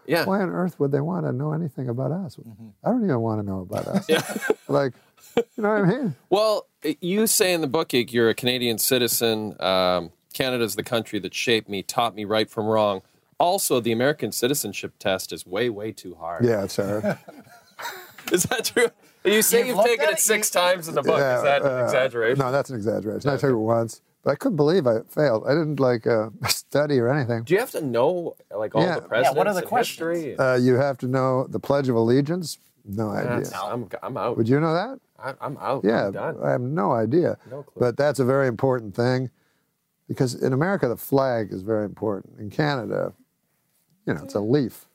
yeah. Mm-hmm. why on earth would they want to know anything about us? I don't even want to know about us. (laughs) like, you know what I mean? Well, you say in the book, Ig, you're a Canadian citizen. Um, Canada's the country that shaped me, taught me right from wrong. Also, the American citizenship test is way, way too hard. Yeah, it's (laughs) her. Is that true? You say You've you've, looked taken at it, it, six you- times in the book. is that an uh, exaggeration? No, that's an exaggeration. I took it once, but I couldn't believe I failed. I didn't like uh, (laughs) study or anything. Do you have to know like all Yeah. the Yeah, presidents? what are the and questions? history? Uh, you have to know the Pledge of Allegiance. No idea. That's- I'm, I'm out. Would you know that? I- I'm out. Yeah, I'm done. I have no idea. No clue. But that's a very important thing because in America, the flag is very important. In Canada, you know, it's a leaf.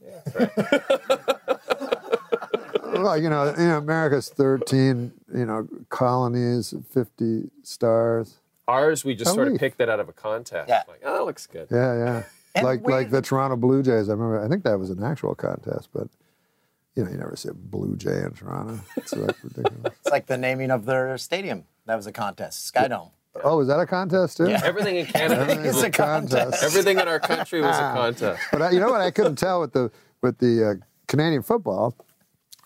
well, you know, you know, America's 13, you know, colonies, 50 stars. Ours, we just Are sort we? of picked that out of a contest. Yeah. Like, oh, that looks good. Yeah, yeah. And like where- like the Toronto Blue Jays. I remember. I think that was an actual contest, but you know, you never see a Blue Jay in Toronto. It's like (laughs) ridiculous. It's like the naming of their stadium. That was a contest. Skydome. Oh, is that a contest too? Yeah. Everything (laughs) in Canada, It's a (laughs) contest. everything in our country was Ah. a contest. But I, you know what? I couldn't tell with the with the uh, Canadian football.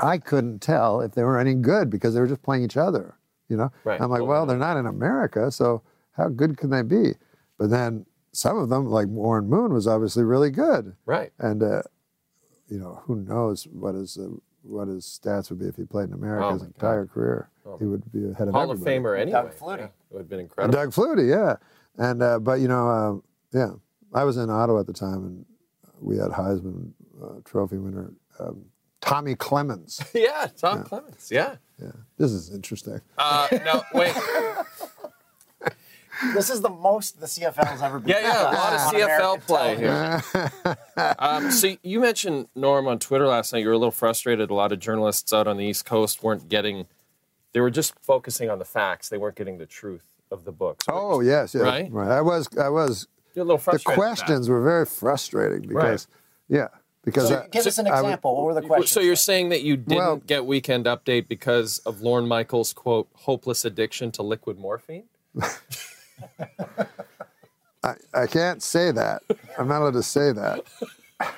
I couldn't tell if they were any good because they were just playing each other. You know, Right. I'm like, Well, well, they're not in America, so how good can they be? But then some of them, like Warren Moon, was obviously really good. Right. And uh, you know, who knows what his uh, what his stats would be if he played in America Oh his my God. Oh. entire career. He would be ahead of Hall of everybody. Famer anyway. Doug Flutie. Yeah, it would have been And incredible. (laughs) (laughs) Doug Flutie, yeah. And uh, but you know, um, yeah, I was in Ottawa at the time, and we had Heisman uh, Trophy winner um, (laughs) Tommy Clemens. yeah, Tom Clements. Yeah. Yeah, this is interesting. Uh, no, wait. This is the most the CFL's ever been. Yeah, Ah. yeah, a lot of on CFL American play television. here. (laughs) um, so you mentioned Norm on Twitter last night. You were a little frustrated. A lot of journalists out on the East Coast weren't getting. They were just focusing on the facts. They weren't getting the truth of the books. Oh yes, yes, Right? I was, I was. You're a little The frustrated. with that. questions were very frustrating because, yeah, because So I- give us an I would- example. what were the questions? So you're saying that you didn't Well- get Weekend Update because of Lorne Michaels' quote hopeless addiction to liquid morphine? (laughs) I, I can't say that. I'm not allowed to say that.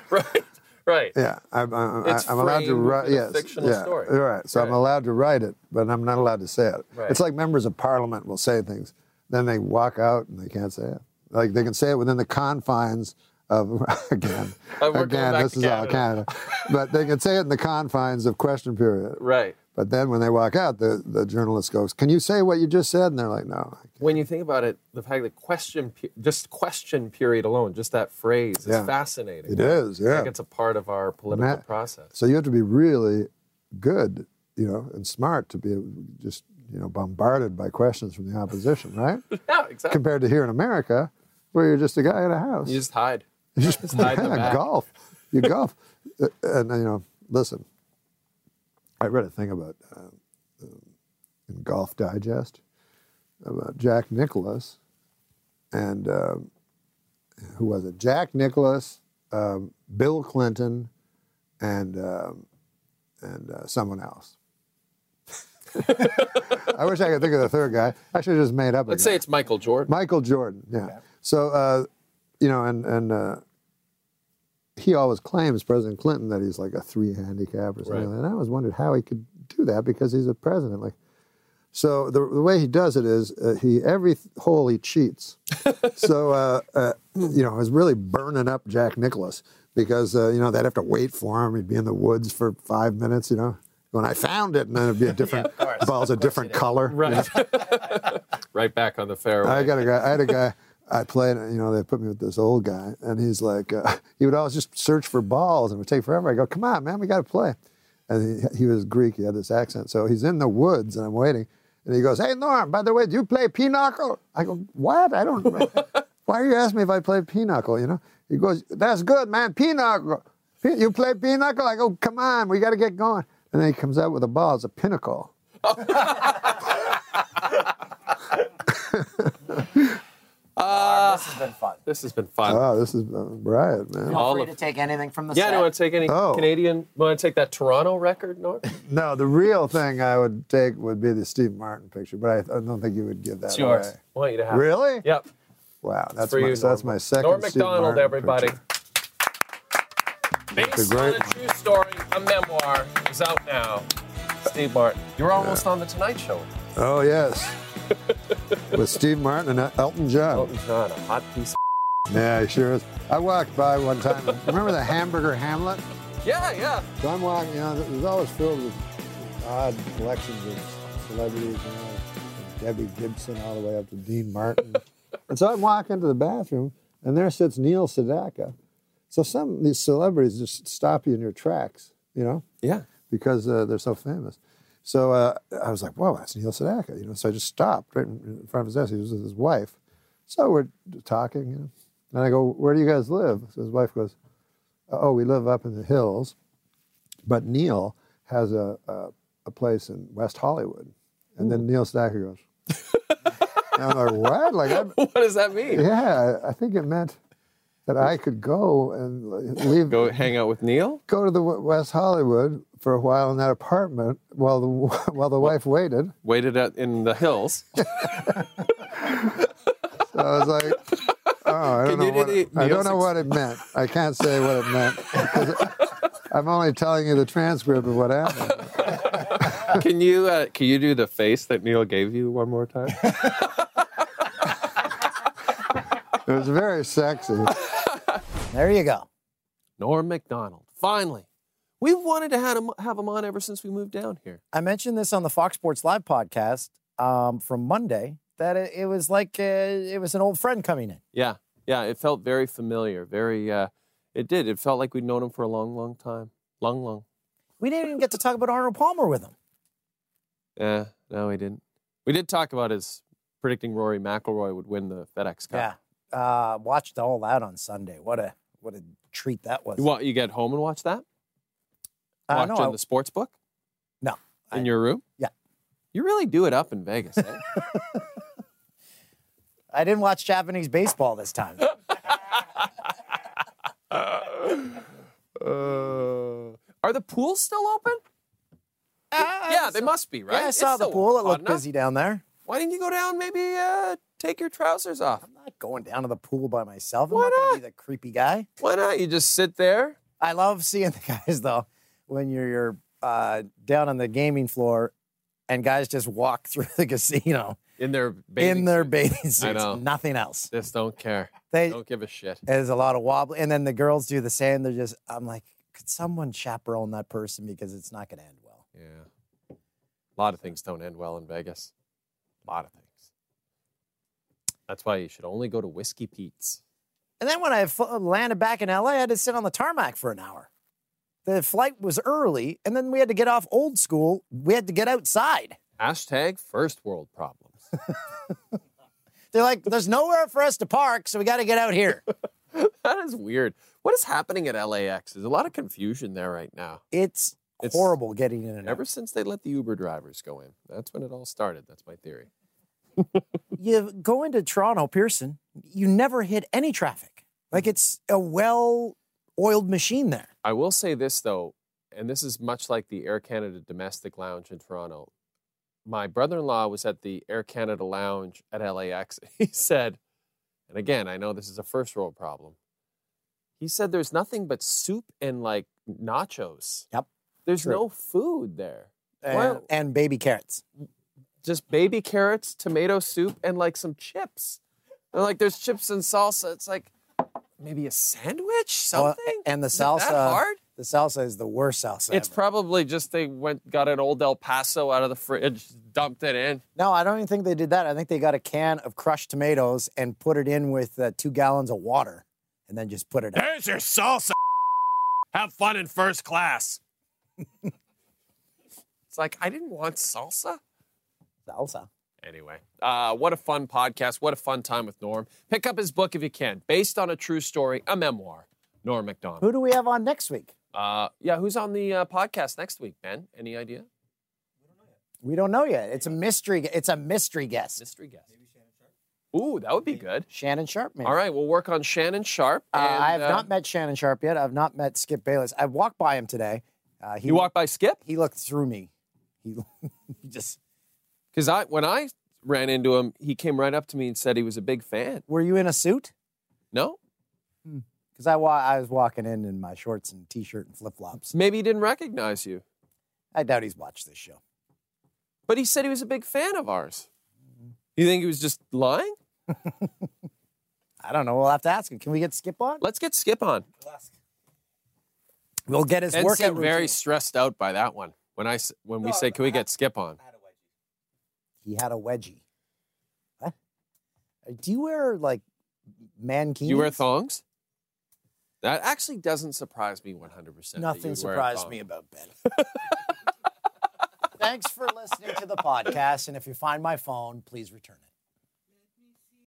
Right. Right. Yeah, I'm, I'm, It's I'm allowed to framed write. within a Yes, fictional yeah, story. All right, so I'm Right. allowed to write it, but I'm not allowed to say it. Right. It's like members of parliament will say things, then they walk out and they can't say it. Like they can say it within the confines of (laughs) (laughs) again, Uh, we're going again. back This to is all Canada, but they can say it in the confines of question period. Right. But then when they walk out, the, the journalist goes, "Can you say what you just said?" And they're like, "No." When you think about it, the fact that question, pe- just question period alone, just that phrase is Yeah. fascinating. It I is, yeah. think it's a part of our political that- process. So you have to be really good, you know, and smart to be just, you know, bombarded by questions from the opposition, right? (laughs) Yeah, exactly. Compared to here in America, where you're just a guy in a house. You just hide. You just hide in the back. golf. You golf. Uh, And, you know, listen, I read a thing about uh, um, in Golf Digest about Jack Nicholas and um, who was it? Jack Nicholas, um, Bill Clinton, and um, and uh, someone else. (laughs) I wish I could think of the third guy. I should have just made up. a Let's guy. say it's Michael Jordan. Michael Jordan. Yeah. So uh, you know, and and uh, he always claims President Clinton that he's like a three handicap or something. Right. And I always wondered how he could do that because he's a president. Like, so the, the way he does it is uh, he every th- hole he cheats. so uh, uh, you know, is really burning up Jack Nicholas because uh, you know they'd have to wait for him. He'd be in the woods for five minutes. You know. when I found it, and then it'd be a different course. ball's a different color. Right. (laughs) right back on the fairway. I got a guy. I had a guy. I played. You know, they put me with this old guy, and he's like, uh, he would always just search for balls, and it would take forever. I go, come on, man, we got to play. And he, he was Greek. He had this accent, so he's in the woods, and I'm waiting. And he goes, hey Norm, by the way, do you play pinochle? I go, what? I don't. (laughs) why are you asking me if I play pinochle? You know? He goes, that's good, man. Pinochle. Pin- You play pinochle? I go, come on, we got to get going. And then he comes out with a ball. It's a pinnacle. uh, This has been fun. This has been fun. Oh, this is uh, Bryant, man. Feel All free of- to take anything from the yeah, I set. don't want to take any Oh. Canadian. Want to take that Toronto record, Norm? No, the real thing I would take would be the Steve Martin picture, but I, I don't think you would give that It's yours. away. I want you to have. it. Really? Yep. Wow, that's for my you, so that's Norm. my second. Norm Steve Macdonald, Martin everybody. picture. Based a on great a one. true story, a memoir is out now. Steve Martin, you're almost on the Tonight Show. Oh (laughs) yes, with Steve Martin and Elton John. Elton John, a hot piece. (laughs) Yeah, he sure is. I walked by one time. remember the Hamburger Hamlet? Of- yeah, yeah. So I'm walking. You know, it was always filled with odd collections of celebrities. You know, from Debbie Gibson all the way up to Dean Martin. and so I walk into the bathroom, and there sits Neil Sedaka. So some of these celebrities just stop you in your tracks. You know. Yeah. because uh, they're so famous. So uh, I was like, "Whoa, that's Neil Sedaka," you know. So I just stopped right in in front of his desk. He was with his wife, so we're talking, you know. And I go, "Where do you guys live?" So his wife goes, "Oh, we live up in the hills, but Neil has a a, a place in West Hollywood." And then Neil Sedaka goes, (laughs) and "I'm like, what? (laughs) Like, I'm, (laughs) What does that mean? yeah, I think it meant that I could go and leave Go hang out with Neil? go to the W- West Hollywood for a while in that apartment while the (laughs) while the wife waited. Waited out in the hills. So I was (laughs) like, oh, I Can don't know you do what it, the I don't Neil's know what it meant. (laughs) I can't say what it meant. 'cause I'm only telling you the transcript of what happened. Can you uh, can you do the face that Neil gave you one more (laughs) time? It was very sexy. There you go. Norm Macdonald. Finally, we've wanted to have him, have him on ever since we moved down here. I mentioned this on the Fox Sports Live podcast um, from Monday that it, it was like uh, it was an old friend coming in. Yeah, yeah. It felt very familiar. Very. Uh, it did. It felt like we'd known him for a long, long time. Long, long. We didn't even get to talk about Arnold Palmer with him. Yeah. No, we didn't. We did talk about his predicting Rory McIlroy would win the FedEx Cup. Yeah, uh, watched all out on Sunday. What a what a treat that was. You want you get home and watch that? Uh, Watch no, on I- the sports book? No, In I- your room? Yeah. You really do it up in Vegas. (laughs) Eh? I didn't watch Japanese baseball this time. Uh, are the pools still open? (laughs) yeah, (laughs) they must be, right? Yeah, I It's saw the still pool. It hot looked enough. busy down there. Why didn't you go down? Maybe uh, take your trousers off. I'm not going down to the pool by myself. I'm Why not going not? to be the creepy guy. Why not? You just sit there. I love seeing (laughs) the guys though when you're, you're uh, down on the gaming floor and guys just walk (laughs) through the casino In their in their bathing I suits, know. nothing else. Just don't (laughs) care. They Don't give a shit. there's a lot of wobble, and then the girls do the same. They're just I'm like, could someone chaperone that person because it's not going to end well. Yeah. A lot of things don't end well in Vegas. A lot of things. That's why you should only go to Whiskey Pete's. And then when I fl- landed back in LA, I had to sit on the tarmac for an hour. The flight was early, and then we had to get off old school. We had to get outside. Hashtag first world problems. (laughs) They're like, there's nowhere for us to park, so we got to get out here. that is weird. What is happening at LAX? There's a lot of confusion there right now. It's, It's- horrible getting in and out. Ever since they let the Uber drivers go in, that's when it all started. That's my theory. you go into Toronto Pearson, you never hit any traffic. Like Mm-hmm. it's a well-oiled machine there. I will say this though, and this is much like the Air Canada domestic lounge in Toronto. My brother-in-law was at the Air Canada lounge at LAX. (laughs) He said, and again, I know this is a first world problem. He said there's nothing but soup and like nachos. Yep. There's True. no food there. And, Wow. and baby carrots. Just baby carrots, tomato soup, and like some chips. And like there's chips and salsa. It's like maybe a sandwich, Well, something. Oh, and the Is it that salsa hard? The salsa is the worst salsa. It's ever. probably just they went got an old El Paso out of the fridge, dumped it in. No, I don't even think they did that. I think they got a can of crushed tomatoes and put it in with uh, two gallons of water, and then just put it. Out. There's your salsa. Have fun in first class. (laughs) it's like I didn't want salsa. Salsa. Anyway, uh, what a fun podcast. What a fun time with Norm. Pick up his book if you can, based on a true story, a memoir. Norm MacDonald. Who do we have on next week? Uh, yeah, who's on the uh, podcast next week, Ben? Any idea? We don't know yet. It's a mystery. It's a mystery guest. Mystery guest. Maybe Shannon Sharp. Ooh, that would be good. Shannon Sharp, man. All right, we'll work on Shannon Sharp. Uh, and, I have uh, not met Shannon Sharp yet. I've not met Skip Bayless. I walked by him today. Uh, he You walked by Skip He looked through me. He, (laughs) he just. because I when I ran into him, he came right up to me and said he was a big fan. Were you in a suit? No, Because I wa- I was walking in in my shorts and t-shirt and flip flops. maybe he didn't recognize you, I doubt he's watched this show. but he said he was a big fan of ours. You think he was just lying? I don't know. We'll have to ask him. Can we get Skip on? Let's get Skip on. We'll get his Ben workout seemed routine. very stressed out by that one when I s- when we said, "Can we get Skip on?" He had a wedgie. What? Uh, Do you wear like mankinis? Do you wear thongs? That actually doesn't surprise me 100. percent Nothing surprised me about Ben. (laughs) Thanks for listening to the podcast, and if you find my phone, please return it.